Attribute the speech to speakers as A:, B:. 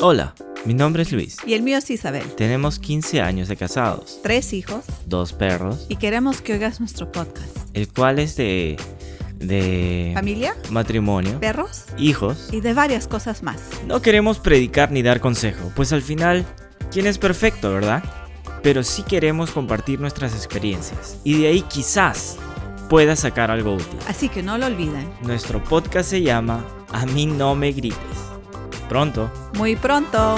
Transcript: A: Hola, mi nombre es Luis.
B: Y el mío es Isabel.
A: Tenemos 15 años de casados,
B: Tres hijos
A: dos perros,
B: y queremos que oigas nuestro podcast.
A: el cual es de... de...
B: Familia,
A: matrimonio,
B: perros
A: hijos.
B: y de varias cosas más.
A: No queremos predicar ni dar consejo, pues al final, ¿quién es perfecto, verdad? Pero sí queremos compartir nuestras experiencias y de ahí quizás puedas sacar algo útil.
B: Así que no lo olviden.
A: Nuestro podcast se llama A mí no me grites. Pronto.
B: Muy pronto.